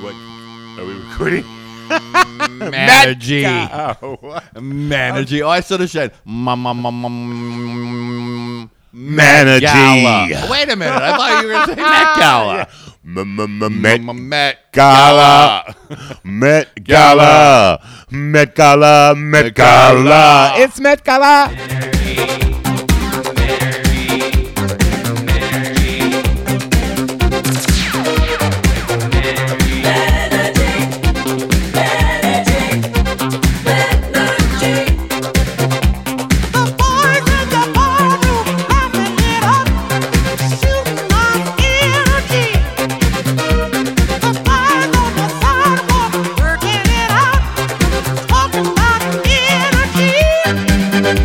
What? Are we recording? Managing. Oh, Managing. Oh, I should have said ma- ma- ma- ma- ma- Managing. Gala. Wait a minute. I thought you were going to say Met Gala. Met Ma- ma- Met Gala. Met Gala. Met Gala. Met Gala. It's Met Gala. The boys in the ballroom laughing it up, shooting my energy. The guys on the sidewalk working it out, talking about energy,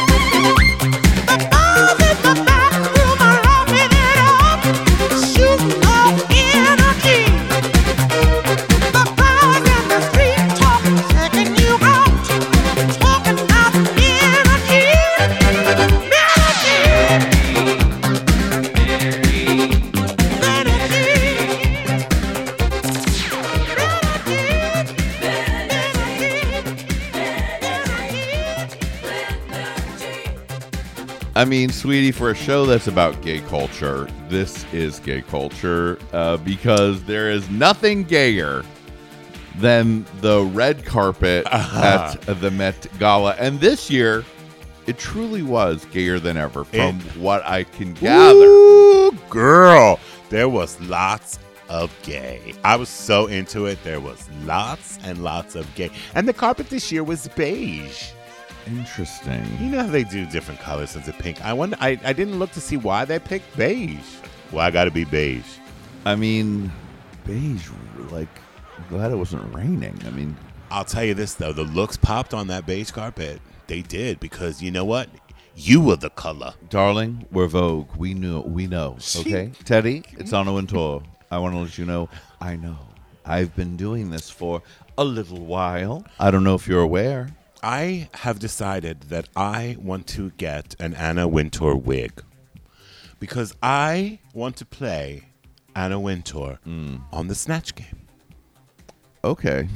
The guys in the bathroom are laughing it up, shooting up energy. The guys in the street talk, checking you out, talking about energy, I mean, sweetie, for a show that's about gay culture, this is gay culture uh, because there is nothing gayer than the red carpet at the Met Gala. And this year, it truly was gayer than ever from what I can gather. Ooh, girl. There was lots of gay. I was so into it. There was lots and lots of gay. And the carpet this year was beige. You Interesting. know how they do different colors into pink. I wonder. I, I didn't look to see why they picked beige. Well, I got to be beige. I mean, beige, like, glad it wasn't raining. I mean, I'll tell you this though, the looks popped on that beige carpet. They did because you know what? You were the color. Darling, we're Vogue. We knew. We know. She- Okay, Teddy, it's Anna Wintour. I want to let you know. I know. I've been doing this for a little while. I don't know if you're aware. I have decided that I want to get an Anna Wintour wig because I want to play Anna Wintour on the Snatch game. Okay.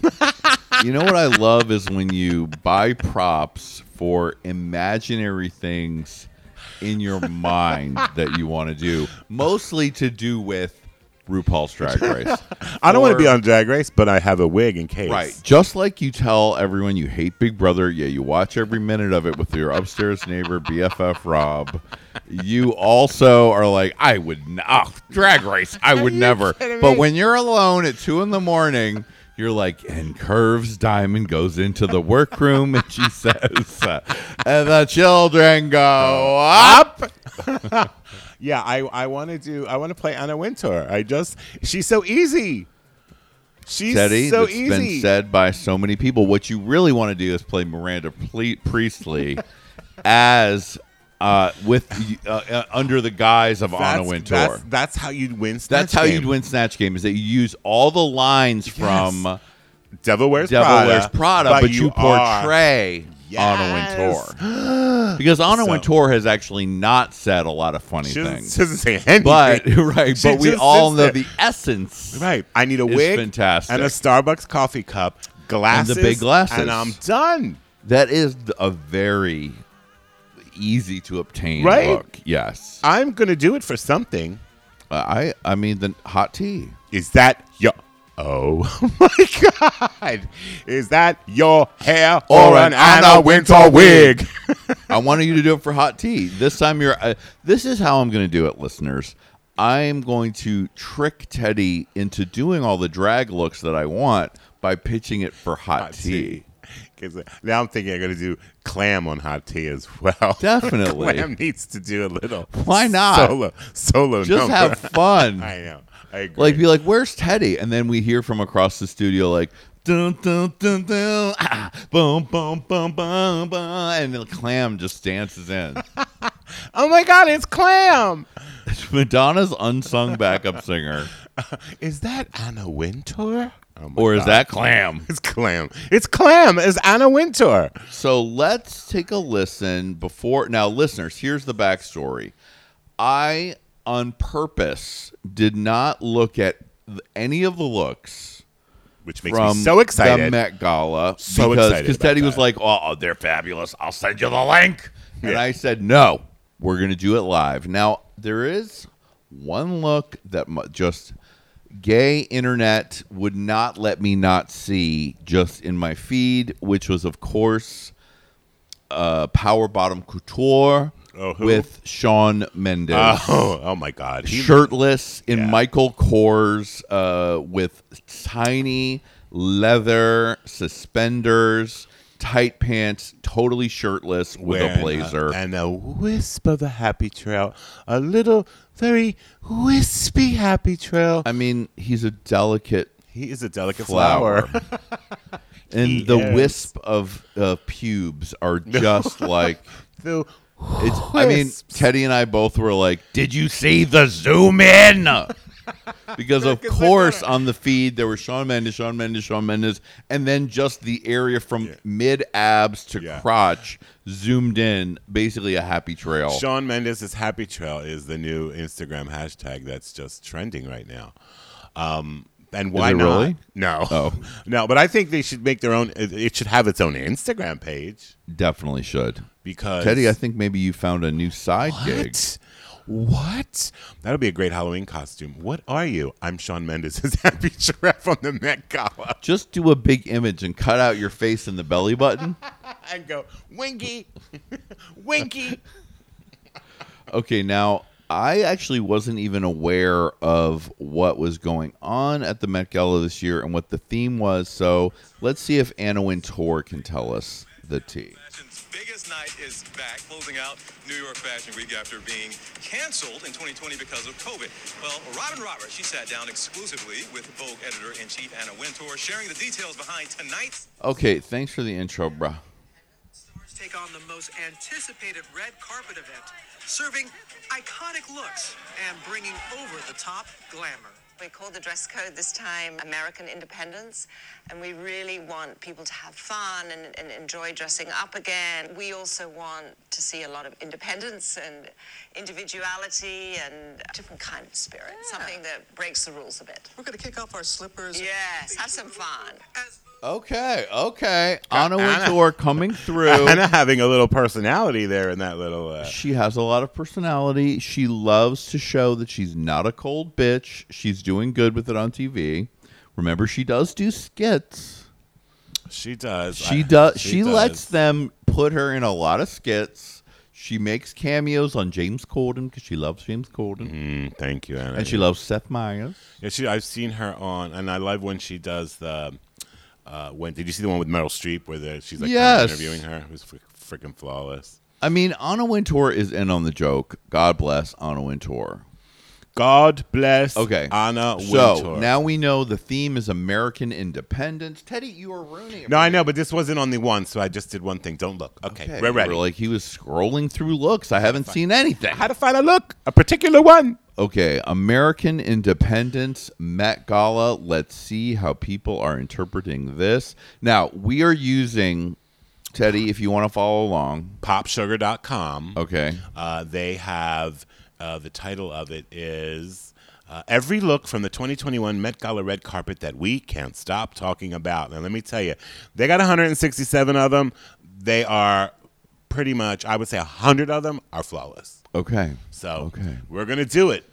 you know what I love is when you buy props for imaginary things in your mind that you want to do, mostly to do with RuPaul's Drag Race. I don't want to be Or- on Drag Race, but I have a wig in case. Right. Just like you tell everyone you hate Big Brother, yeah, you watch every minute of it with your upstairs neighbor, BFF Rob. You also are like, I would not, drag race, I would never. But when you're alone at two in the morning, you're like, and Curves Diamond goes into the workroom and she says, uh, and the children go up. Yeah, I I want to do. I want to play Anna Wintour. I just she's so easy. She's Teddy, so that's easy. been said by so many people. What you really want to do is play Miranda Ple- Priestley as uh, with uh, uh, under the guise of Anna That's- Wintour. That's, That's, that's how you'd win. how you'd win Snatch Game is that you use all the lines from Devil Wears Devil Prada. Wears Prada, but, you, are- portray Yes. Anna Wintour because Anna So- Wintour has actually not said a lot of funny She doesn't, things. she doesn't say anything. But right, She but we just all sits know there. the essence. right. I need a It's wig, fantastic. and a Starbucks coffee cup, glasses, big glasses. and I'm done. That is th- a very easy to obtain Right? look. Yes, Uh, I'm gonna do it for something. I I mean the hot tea. Is that your? Oh my God! Is that your hair or, an Anna Wintour wig? I wanted you to do it for hot tea. This time you're. Uh, this is how I'm going to do it, listeners. I am going to trick Teddy into doing all the drag looks that I want by pitching it for hot, tea. 'Cause now I'm thinking I'm gonna do clam on hot tea as well. Definitely. clam needs to do a little. Why not? solo solo Just number. have fun. I know. I agree. Like, be like, where's Teddy? And then we hear from across the studio, like, dun, dun, dun, dun, ah, bum, bum, bum, bum, bum, and the clam just dances in. oh my God, it's Clam. It's Madonna's unsung backup singer. Is that Anna Wintour? Oh my Or is God. that clam? It's Clam. It's Clam as Anna Wintour. So let's take a listen before. Now, listeners, here's the backstory. I, on purpose, did not look at th- any of the looks. Which makes from me so The excited. Met Gala. So because, excited Because about Teddy was that. like, oh, oh, they're fabulous. I'll send you the link. And Yeah. I said, no, we're going to do it live. Now, there is one look that mu- just gay internet would not let me not see just in my feed, which was, of course, uh, Power Bottom Couture Oh, who? with Sean Mendes oh, oh my God. He- shirtless in Yeah. Michael Kors uh, with tiny leather suspenders, tight pants, totally shirtless with wearing a blazer. and a wisp of a happy trail, a little, very wispy happy trail. I mean, he's a delicate He is a delicate flower. flower. and He the is. wisp of uh, pubes are just like Though, it's I mean, Wisps. Teddy and I both were like, "Did you see the zoom in?" Because of course, on the feed there were Sean Mendes, Sean Mendes, Sean Mendes, and then just the area from mid abs to Yeah. crotch zoomed in, basically a happy trail. Sean Mendes' happy trail is the new Instagram hashtag that's just trending right now. Um, and why it not? really? No, Oh. no. But I think they should make their own. It it should have its own Instagram page Definitely should. because Teddy, I think maybe you found a new side gig. What? What? That'll be a great Halloween costume. What are you? I'm Sean Mendes' happy giraffe on the Met Gala. Just do a big image and cut out your face and the belly button. And go, Winky, Winky. Okay, now I actually wasn't even aware of what was going on at the Met Gala this year and what the theme was. So let's see if Anna Wintour can tell us the tea. Fashion's biggest night is back, closing out New York Fashion Week after being canceled in 2020 because of COVID. Well, Robin Roberts, she sat down exclusively with Vogue editor-in-chief Anna Wintour, sharing the details behind tonight's Okay, thanks for the intro, bruh. Stars take on the most anticipated red carpet event, serving iconic looks and bringing over the top glamour. We call the dress code this time American Independence, and we really want people to have fun and, and enjoy dressing up again. We also want to see a lot of independence and individuality and a different kind of spirit, something that breaks the rules a bit. We're going to kick off our slippers. Yes, have some fun. As Okay, okay. Anna Wintour coming through. Anna having a little personality there in that little. Uh, She has a lot of personality. She loves to show that she's not a cold bitch. She's doing good with it on TV. Remember, she does do skits. she does. She I- does. She, lets does. them put her in a lot of skits. She makes cameos on James Corden because she loves James Corden, Mm, thank you, Anna. and she loves Seth Meyers. Yeah, she, I've seen her on, and I love when she does the. Uh, when did you see the one with Meryl Streep where the, she's like Yes. interviewing her? It was fr- freaking flawless. I mean, Anna Wintour is in on the joke. God bless Anna Wintour. God bless. Okay, Anna So Wintour. now we know the theme is American independence. Teddy, you are ruining it. No, I know, but this wasn't on the one, so I just did one thing. Don't look. Okay, Okay, we're you ready. Like he was scrolling through looks. I haven't seen anything. How to find a look? A particular one. Okay, American Independence Met Gala. Let's see how people are interpreting this. Now, we are using Teddy if you want to follow along. Popsugar.com. Okay. Uh, they have uh, the title of it is uh, Every Look from the 2021 Met Gala Red Carpet That We Can't Stop Talking About. Now, let me tell you, they got 167 of them. They are pretty much, I would say, 100 of them are flawless. Okay. So Okay. we're going to do it.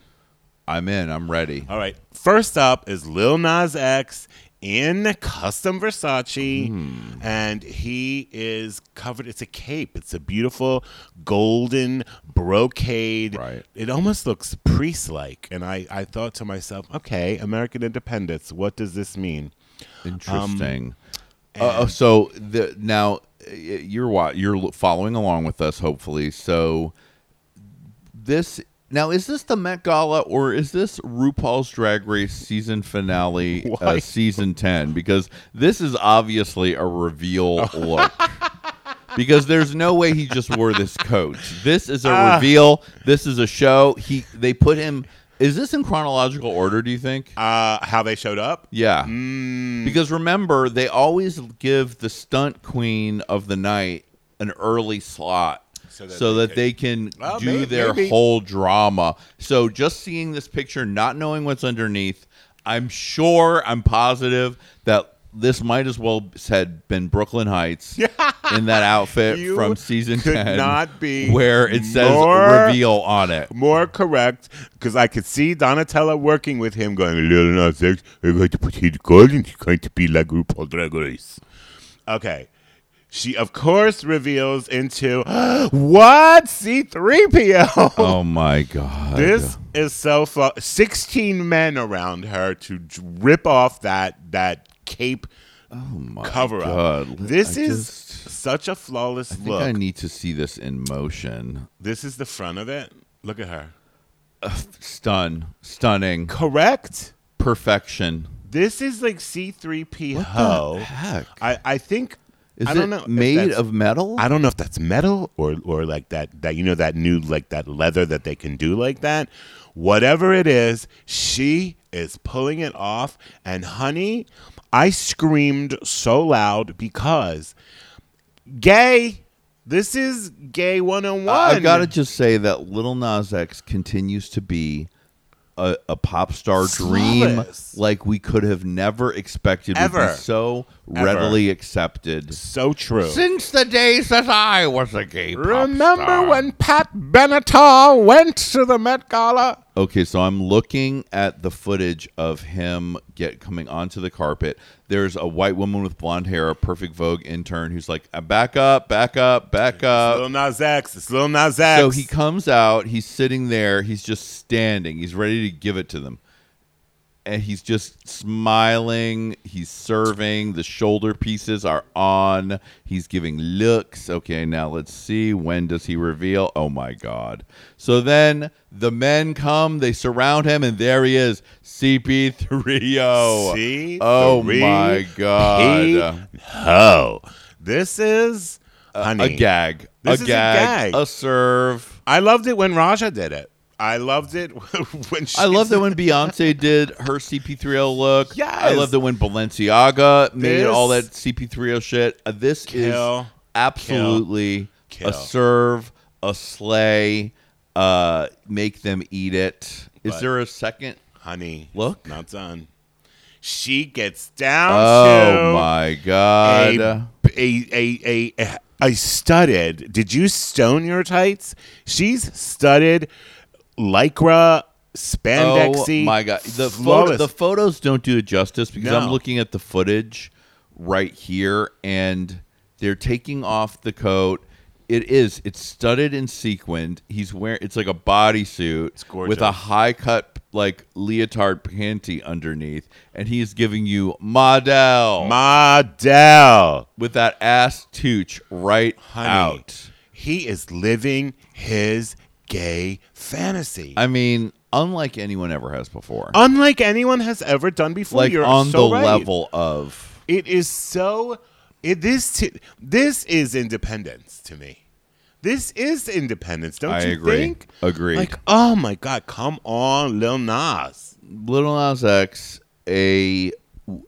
I'm in. I'm ready. All right. First up is Lil Nas X in custom Versace, and he is covered. It's a cape. It's a beautiful golden brocade. Right. It almost looks priest-like, and I I thought to myself, okay, American Independence. What does this mean? Interesting. Uh, oh, so the now uh, you're wa- you're l- following along with us hopefully. So this Now, is this the Met Gala or is this RuPaul's Drag Race season finale, uh, season 10? Because this is obviously a reveal look. Because there's no way he just wore this coat. This is a reveal. This is a show. He they put him. Is this in chronological order? Do you think? Uh, how they showed up? Yeah. Mm. Because remember, they always give the stunt queen of the night an early slot so that, they, can Well, do may- their maybe. whole drama. So just seeing this picture, not knowing what's underneath, I'm sure, I'm positive that this might as well had been Brooklyn Heights in that outfit You from season could 10. not be where it says more- reveal on it. More correct, because I could see Donatella working with him, going, "Little X, we're going to put his gold, and he's going to be like RuPaul Drag Race." Okay, she of course reveals into what C three PO. Oh my god. This is so fu- Sixteen men around her to j- rip off that that cape Oh My cover up. God. This I is just- such a flawless I think look. I need to see this in motion. this is the front of it. Look at her. Stun, stunning, Correct. perfection. This is like C3PO. What heck? I, I think Is I it don't know if made that's- of metal? I don't know if that's metal or or like that that you know that new like that leather that they can do like that. Whatever it is, she is pulling it off and honey, I screamed so loud because gay this is gay 101. I- I've got to just say that Little Nas X continues to be a, a pop star dream, Flawless. like we could have never expected. would be Ever. so Ever. readily accepted. so true. Since the days that I was a gay pop Remember star. when Pat Benatar went to the Met Gala? Okay, so I'm looking at the footage of him get coming onto the carpet. There's a white woman with blonde hair, a perfect Vogue intern, who's like, "Uh, "Back up, back up, back Lil up." Nas X. It's Lil Nas X. So he comes out. He's sitting there. He's just standing. He's ready to give it to them, and he's just smiling. He's serving. The shoulder pieces are on. He's giving looks. Okay, now let's see. When does he reveal? Oh my God! So then the men come. They surround him, and there he is, CP3O. C Oh three my God! P- ho. This is honey. A gag. This a is a gag. gag. A serve. I loved it when Raja did it. I loved it when she I love that when Beyonce did her CP3O oh look. Yes. I love that when Balenciaga made This- all that CP3O shit. Uh, this Kill. is absolutely Kill. a Kill. serve, a slay, uh, make them eat it. Is But- there a second? honey. Look. not done. She gets down Oh to my god. a, a, a, a, a studded. Did you stone your tights? She's studded lycra spandexy. Oh my god, the photo, flawless. the photos don't do it justice because I'm No. looking at the footage right here, and they're taking off the coat. It is. It's studded and sequined. He's wearing. It's like a bodysuit gorgeous. with a high cut like leotard panty underneath, and he's giving you model Model. with that ass tooch right Honey, out. He is living his gay fantasy. I mean, unlike anyone ever has before. Unlike anyone has ever done before. like Oh, You're on so the right. level of. It is so. It, this t- this is independence to me. This is independence. Don't I you agree. think? Agreed. Like, oh my God, come on, Lil Nas. Little Nas X, a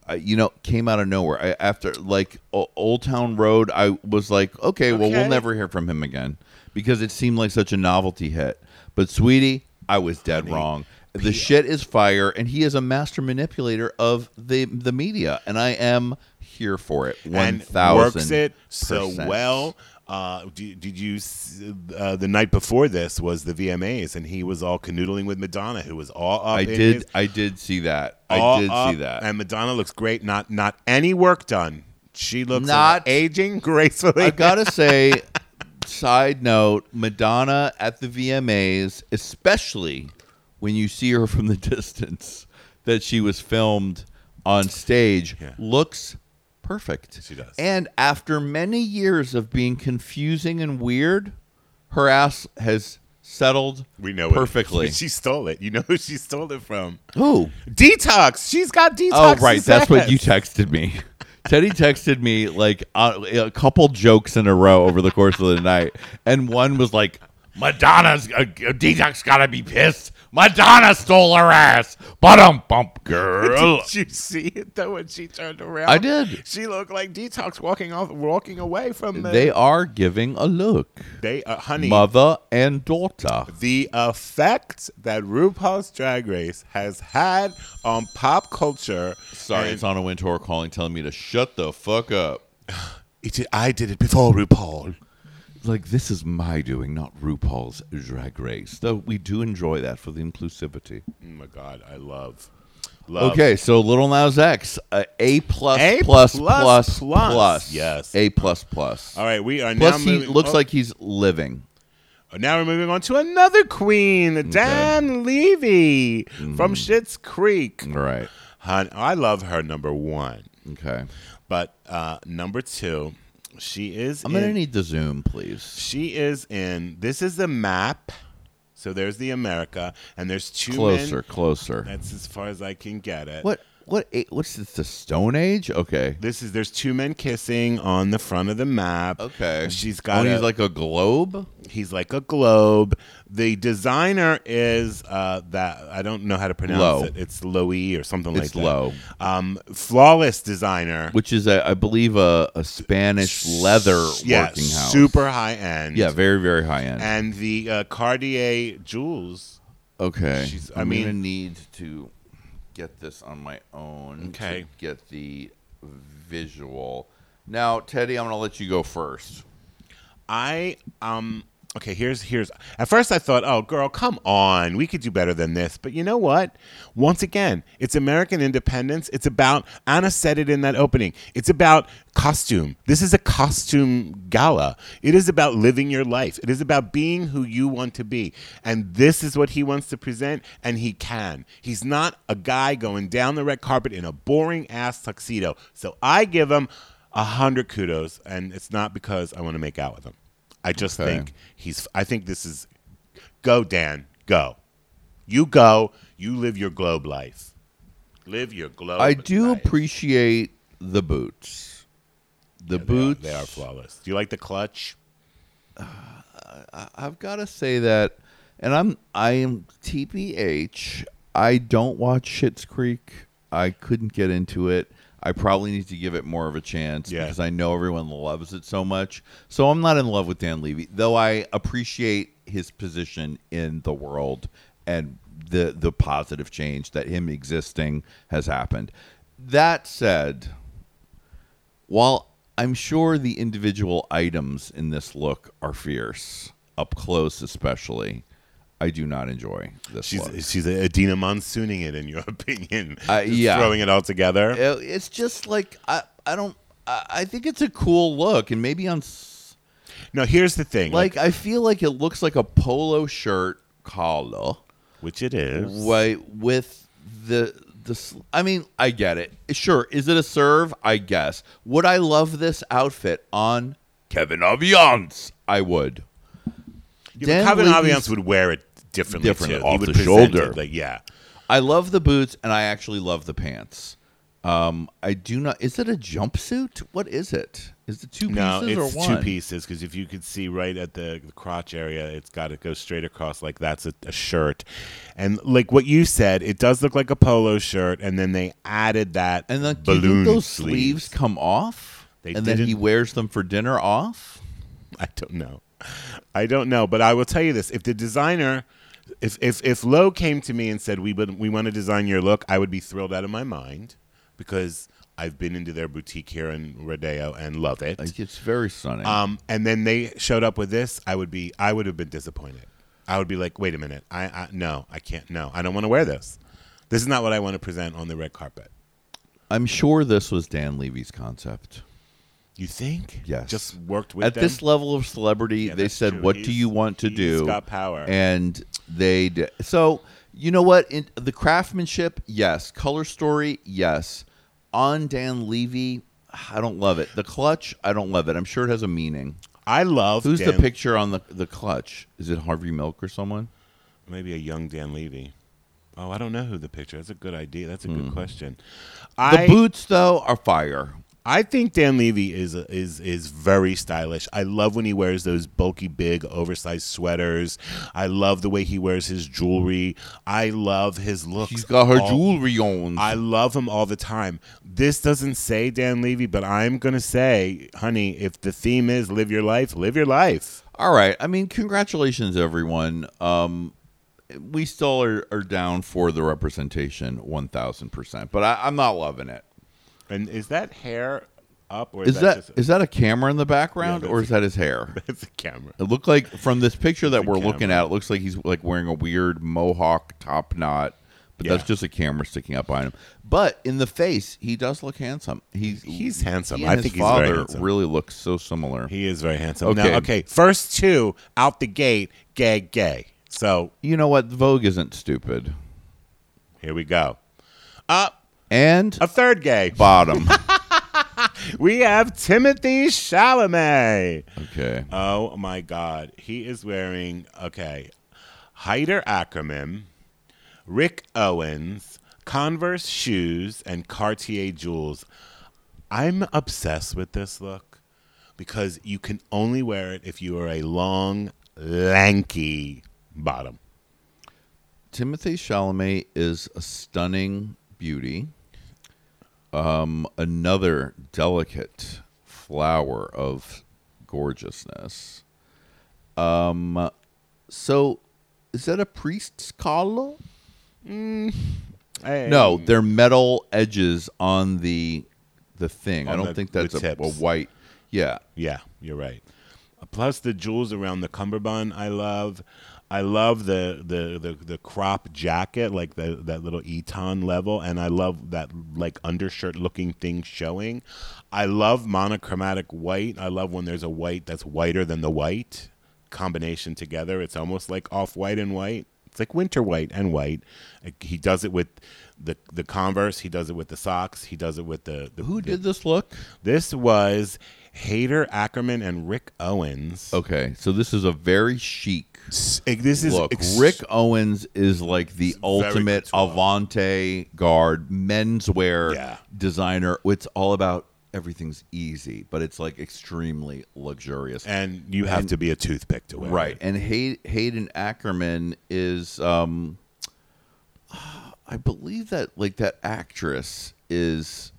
uh, you know, came out of nowhere. I, after like O- Old Town Road, I was like, okay, well, we'll Okay. never hear from him again because it seemed like such a novelty hit. But sweetie, I was dead wrong. The shit is fire, and he is a master manipulator of the the media, and I am here for it. One and thousand works it so well. Uh, did, did you s- uh, the night before this was the VMAs and he was all canoodling with Madonna, who was all up. I in did. his- I did see that. all I did up, see that. And Madonna looks great. Not not any work done. She looks Not- aging gracefully. I gotta say, side note, Madonna at the VMAs, especially when you see her from the distance, that she was filmed on stage, Yeah. looks perfect. She does. And after many years of being confusing and weird, her ass has settled We know it. perfectly. She stole it. You know who she stole it from? Who? Detox. She's got detox. Oh, right. That's what ass. you texted me. Teddy texted me like uh, a couple jokes in a row over the course of the night, and one was like, "Madonna's uh, detox gotta be pissed. Madonna stole her ass. Bottom bump girl." Did you see it though when she turned around? I did. She looked like detox walking off, walking away from the. They are giving a look, they uh, honey. mother and daughter. the effect that RuPaul's Drag Race has had on pop culture. Sorry, and- it's on a wind tour calling, telling me to shut the fuck up. It did- I did it before RuPaul. Like this is my doing, not RuPaul's Drag Race. Though we do enjoy that for the inclusivity. Oh my god, I love. Love. Okay, so Little Nas X, uh, A plus A plus plus plus plus. plus. Yes. A plus plus. All right, we are now. Plus, he moving, looks oh, like he's living. Now we're moving on to another queen, Dan Levy Mm. from Schitt's Creek. All right. Hon, I love her number one, Okay. but uh, number two, she is. I'm gonna in- need the zoom, please. She is in. This is the map. So there's the America, and there's two men- Closer, closer. That's as far as I can get it. What? What? a- What's this? The Stone Age? Okay. This is there's two men kissing on the front of the map. Okay. She's Oh, got. he's a- like a globe. he's like a globe. The designer is uh, that I don't know how to pronounce Low. it. It's Loey or something It's like that. low. Um, flawless designer. which is a, I believe a, a Spanish leather yeah, working house. super high end. Yeah, very very high end. and the uh, Cartier jewels. okay, she's- I I'm gonna mean- need to get this on my own. to Okay. get the visual. Now, Teddy, I'm gonna let you go first. I um okay, here's here's at first I thought, oh girl, come on, we could do better than this. But you know what? Once again, it's American independence. It's about Anna said it in that opening. It's about costume. This is a costume gala. It is about living your life. It is about being who you want to be. And this is what he wants to present and he can. He's not a guy going down the red carpet in a boring ass tuxedo. So I give him a hundred kudos, and it's not because I want to make out with him. I just Okay. think he's. I think this is. Go, Dan. Go. You go. You live your globe life. Live your globe. I do life. appreciate the boots. The They are- boots. They are flawless. Do you like the clutch? I've got to say that, and I'm I am TPH. I don't watch Shit's Creek. I couldn't get into it. I probably need to give it more of a chance Yeah. because I know everyone loves it so much. So I'm not in love with Dan Levy, though I appreciate his position in the world and the the positive change that him existing has happened. That said, while I'm sure the individual items in this look are fierce, up close especially, I do not enjoy this She's look. she's Adina Monsooning it in your opinion. Uh, Just yeah. throwing it all together. Uh, It's just like I, I don't. I, I think it's a cool look, and maybe on s- no, here's the thing. like I feel like it looks like a polo shirt collar, which it is. right? With the the. s- I mean, I get it. Sure, is it a serve? I guess. Would I love this outfit on Kevin Aviance? I would. Yeah, Dan but Calvin Levy's- Aviance would wear it differently. Differently, too. off he would the present shoulder. It, like yeah. I love the boots and I actually love the pants. Um, I do not. Is it a jumpsuit? What is it? Is it two No, pieces it's or one? two pieces because if you could see right at the, the crotch area, it's got to go straight across like that's a, a shirt, and like what you said, it does look like a polo shirt, and then they added that And then do you think balloon those sleeves. sleeves come off, They and then he didn't- wears them for dinner off. I don't know, I don't know, but I will tell you this: if the designer, if if if Lowe came to me and said we would we want to design your look, I would be thrilled out of my mind because I've been into their boutique here in Rodeo and love it. Like it's very stunning. Um, and then they showed up with this. I would be, I would have been disappointed. I would be like, wait a minute, I, I no, I can't, no, I don't want to wear this. This is not what I want to present on the red carpet. I'm sure this was Dan Levy's concept. You think? Yes. Just worked with At them? this level of celebrity, Yeah, they that's said, true. "What do He's- you want to he's do?" got power. and they d- so you know what? In, the craftsmanship, yes. Color story, yes. On Dan Levy, I don't love it. The clutch, I don't love it. I'm sure it has a meaning. I love Who's Dan- the picture on the the clutch? Is it Harvey Milk or someone? Maybe a young Dan Levy. Oh, I don't know who the picture. That's a good idea. That's a good question. I Hmm. the boots though are fire. I think Dan Levy is is is very stylish. I love when he wears those bulky, big, oversized sweaters. I love the way he wears his jewelry. I love his looks. She's got her all- jewelry on. I love him all the time. This doesn't say Dan Levy, but I'm gonna say, honey, if the theme is live your life, live your life. All right. I mean, congratulations, everyone. Um, we still are, are down for the representation, one thousand percent. But I, I'm not loving it. And is that hair up or Is is, that just is that a camera in the background, Yeah, or that's- is that his hair? it's a camera? It looked like from this picture that It's a we're looking camera. at, it looks like he's like wearing a weird mohawk top knot, but that's Yeah. just a camera sticking up on him. But in the face, he does look handsome. He's He's handsome. he I and think his he's very father handsome. really looks so similar. He is very handsome. Okay. Okay. Now, okay, first two out the gate, gay, gay. So you know what? Vogue isn't stupid. here we go. And A third gay. bottom. We have Timothy Chalamet. okay. Oh my God. He is wearing, okay, Heider Ackerman, Rick Owens, Converse shoes, and Cartier jewels. I'm obsessed with this look because you can only wear it if you are a long, lanky bottom. Timothy Chalamet is a stunning beauty. Um, another delicate flower of gorgeousness. Um, so is that a priest's collar? Mm, No, they're metal edges on the the thing. I On don't the- think the that's a, a tips. white. Yeah, Yeah, you're right. Plus the jewels around the cummerbund, I love. I love the the the, the crop jacket, like the, that little eton level, and I love that like undershirt looking thing showing. I love monochromatic white. I love when there's a white that's whiter than the white combination together. It's almost like off white and white. It's like winter white and white. Like, he does it with the the Converse. He does it with the socks. He does it with the, the who the- did this look? this was Hader Ackerman and Rick Owens. Okay, so this is a very chic S- eh, This is Look, ex- Rick Owens is like the very ultimate couture. avant garde menswear Yeah. designer. It's all about everything's easy, but it's like extremely luxurious. and you have to be a toothpick to wear. right. it. And Hay- Hayden Ackerman is, um, I believe that like that actress is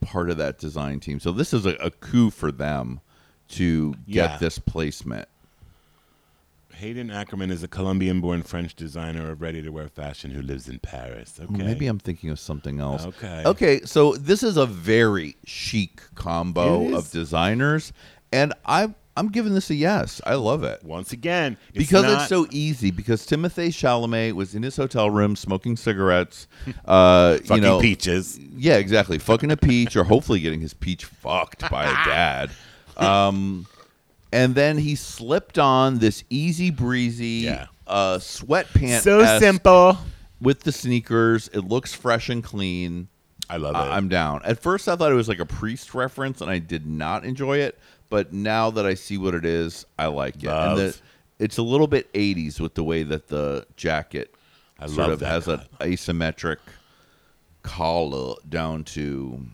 part of that design team. So this is a, a coup for them to get Yeah. this placement. Hayden Ackerman is a Colombian-born French designer of ready-to-wear fashion who lives in Paris. Okay. Maybe I'm thinking of something else. Okay. Okay, so this is a very chic It combo is. of designers, and I'm I'm giving this a yes. I love it. once again it's because not- it's so easy. Because Timothy Chalamet was in his hotel room smoking cigarettes. Uh, you fucking know, peaches. yeah, exactly. Fucking a peach, or hopefully getting his peach fucked by a dad. Um, and then he slipped on this easy breezy Yeah. uh, sweatpants. So simple. with the sneakers. It looks fresh and clean. I love it. I- I'm down. At first, I thought it was like a priest reference, and I did not enjoy it. But now that I see what it is, I like it. Love. And the, it's a little bit 80s with the way that the jacket I sort love of that has an cut. asymmetric collar down to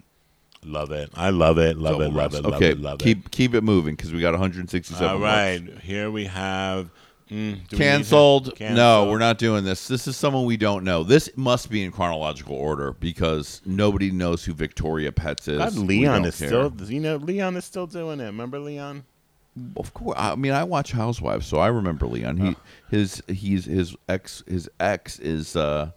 love it. I love it. Love it. double Love wrist. it. Love okay, it. Love keep it. keep it moving because we got 167. All left. right. Here we have. Mm, do we need him? Canceled. No, Canceled. we're not doing this. This is someone we don't know. This must be in chronological order because nobody knows who Victoria Pets is. God, We Leon don't is care. still. You know, Leon is still doing it. Remember Leon? Of course. I mean, I watch Housewives, so I remember Leon. He his he's his ex his ex is uh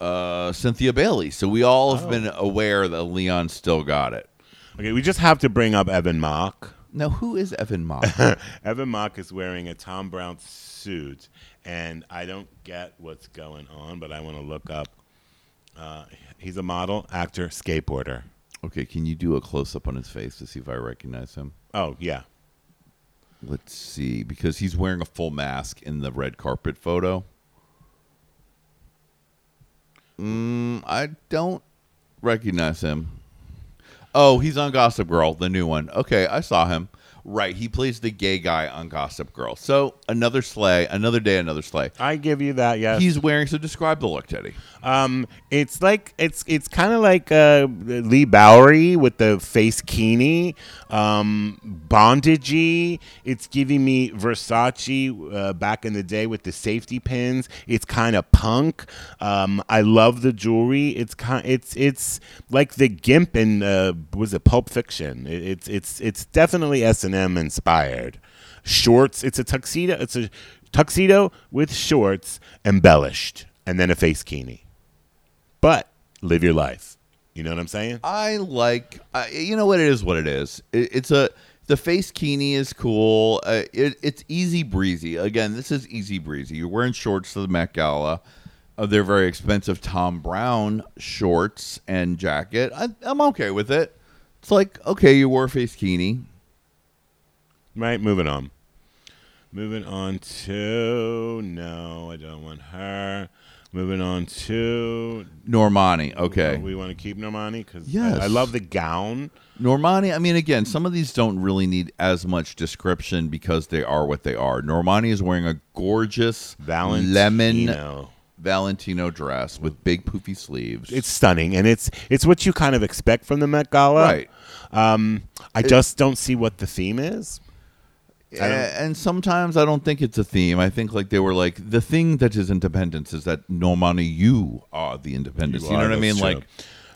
uh Cynthia Bailey. So we all Oh. have been aware that Leon still got it. Okay, we just have to bring up Evan Mock. Now, who is Evan Mock? Evan Mock is wearing a Tom Brown suit, and I don't get what's going on, but I want to look up. Uh, he's a model, actor, skateboarder. okay, can you do a close up on his face to see if I recognize him? Oh yeah, Let's see, because he's wearing a full mask in the red carpet photo. Mm, I don't recognize him. Oh, he's on Gossip Girl, the new one. Okay, I saw him. Right. He plays the gay guy on Gossip Girl. So another sleigh, another day, another sleigh. I give you that. Yes. He's wearing. So describe the look, Teddy. Um, it's like it's it's kind of like uh, Lee Bowery with the face keeny, um, bondagey. It's giving me Versace uh, back in the day with the safety pins. It's kind of punk. Um, I love the jewelry. It's kind it's it's like the gimp in uh, was it Pulp Fiction? It, it's it's it's definitely S and M inspired. Shorts. It's a tuxedo. It's a tuxedo with shorts embellished and then a face keeny. But live your life. You know what I'm saying? I like. I you know what it is. What it is. It, it's a the face keeny is cool. Uh, it, it's easy breezy. Again, this is easy breezy. You're wearing shorts to the Met Gala. Uh, they're very expensive Tom Brown shorts and jacket. I, I'm okay with it. It's like okay, you wore a face keeny. Right, moving on. Moving on to no, I don't want her. Moving on to Normani. Okay. We want to keep Normani because Yes. I, love the gown. Normani, I mean, again, some of these don't really need as much description because they are what they are. Normani is wearing a gorgeous Valentino. lemon Valentino dress with big poofy sleeves. It's stunning, and it's it's what you kind of expect from the Met Gala. right. Um, I just don't see what the theme is. A- And sometimes I don't think it's a theme. I think like they were like the thing that is independence is that Normani, you are the independence. You, know are, what I that's mean? true. Like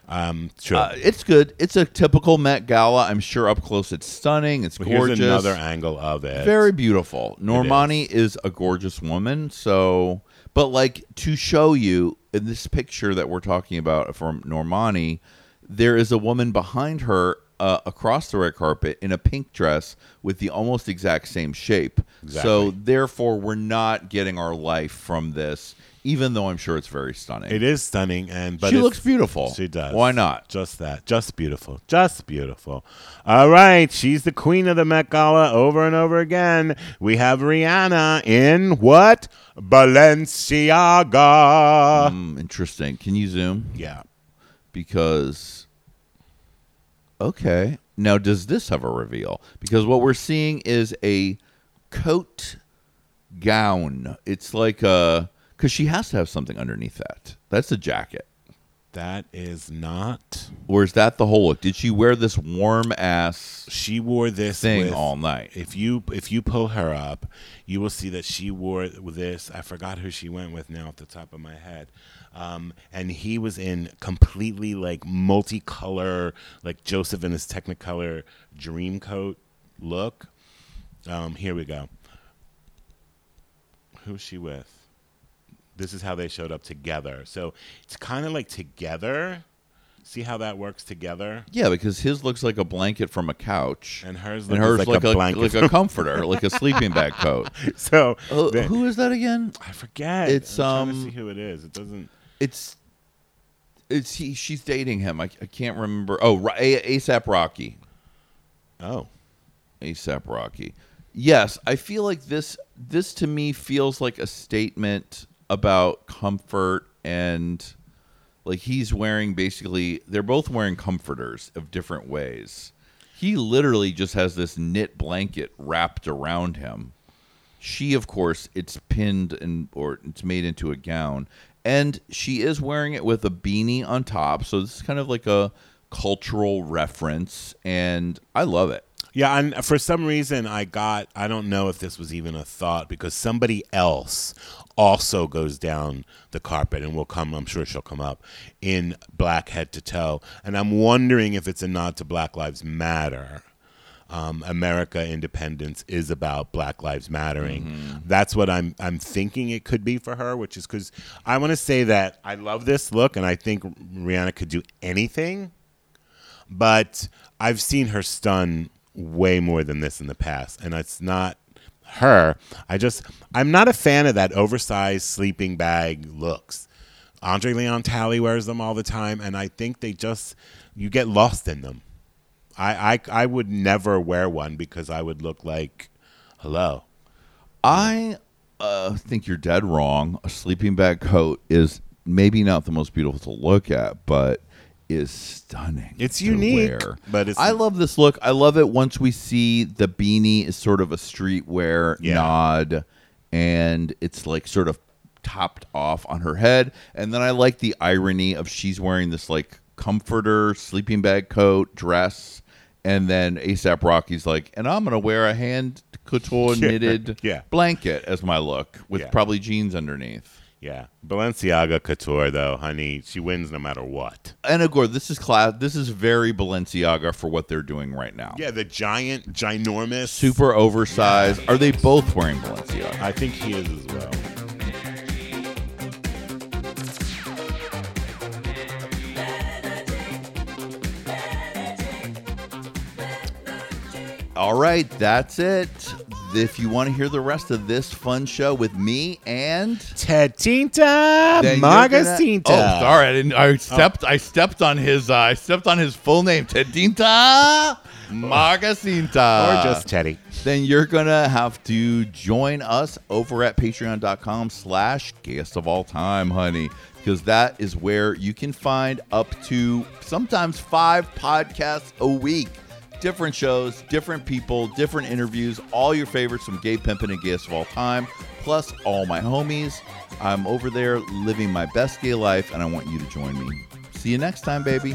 Um, true. uh, it's good. It's a typical Met Gala. I'm sure up close it's stunning. It's Here's gorgeous. another angle of it. Very beautiful. Normani is. a gorgeous woman. So, but like to show you in this picture that we're talking about from Normani, there is a woman behind her uh, across the red carpet in a pink dress with the almost exact same shape. So, Exactly. therefore, we're not getting our life from this, even though I'm sure it's very stunning. It is stunning, and but She it's- looks beautiful. She does. Why not? Just that. Just beautiful. Just beautiful. All right, she's the queen of the Met Gala over and over again. We have Rihanna in what Balenciaga. Mm, interesting. Can you zoom? Yeah. because okay now does this have a reveal because what we're seeing is a coat gown it's like a because she has to have something underneath that that's a jacket That is not. or is that the whole look did she wear this warm ass She wore this thing with- all night If you if you pull her up, you will see that she wore this. I forgot who she went with now at the top of my head. Um, and he was in completely like multicolor, like Joseph in his Technicolor dream coat look. Um, here we go. Who's she with? This is how they showed up together. So it's kind of like together. See how that works together? yeah because his looks like a blanket from a couch And hers and looks hers like, like, a, a, blanket. like a comforter like a sleeping bag coat so Oh, Who- the- who is that again I forget. It's, I'm trying um, to see who it is. It doesn't. it's it's he she's dating him. I, I can't remember. Oh, Ro- A- ASAP Rocky. Oh, ASAP Rocky. Yes, I feel like this this to me feels like a statement about comfort and like he's wearing basically they're both wearing comforters of different ways. He literally just has this knit blanket wrapped around him. She of course it's pinned and or it's made into a gown and she is wearing it with a beanie on top. So this is kind of like a cultural reference and I love it. yeah. And for some reason, I got. I don't know if this was even a thought because somebody else also goes down the carpet and will come. I'm sure she'll come up in black head to toe. And I'm wondering if it's a nod to Black Lives Matter. Um, America independence is about Black Lives Mattering. That's what I'm I'm thinking it could be for her, which is because I want to say that I love this look and I think Rihanna could do anything. but I've seen her stun way more than this in the past, and it's not her. I just I'm not a fan of that oversized sleeping bag looks. Andre Leon Talley wears them all the time, and I think they just you get lost in them. I I, I would never wear one because I would look like hello. I uh, think you're dead wrong. A sleeping bag coat is maybe not the most beautiful to look at, but is stunning. It's to unique, wear. but it's- I love this look. I love it once we see the beanie is sort of a streetwear Yeah. nod, and it's like sort of topped off on her head. And then I like the irony of she's wearing this like comforter, sleeping bag coat, dress. And then ASAP Rocky's like, and I'm gonna wear a hand couture Yeah. knitted Yeah. blanket as my look with Yeah. probably jeans underneath. Yeah. Balenciaga couture, though, honey, she wins no matter what. And Igor, this is class. This is very Balenciaga for what they're doing right now. Yeah, the giant, ginormous. Super oversized. Are they both wearing Balenciaga? I think he is as well. All right, that's it. If you want to hear the rest of this fun show with me and Ted Tinta, then you're gonna- Margasinta. Oh, sorry, I didn't. I stepped. I stepped on his. Uh, I stepped on his full name, Tedinta Margasinta. Mm. Or just Teddy. then you're gonna have to join us over at patreon.com slash guest of all time honey because that is where you can find up to sometimes five podcasts a week different shows different people different interviews all your favorites from gay pimpin and guest of all time plus all my homies i'm over there living my best gay life and i want you to join me see you next time baby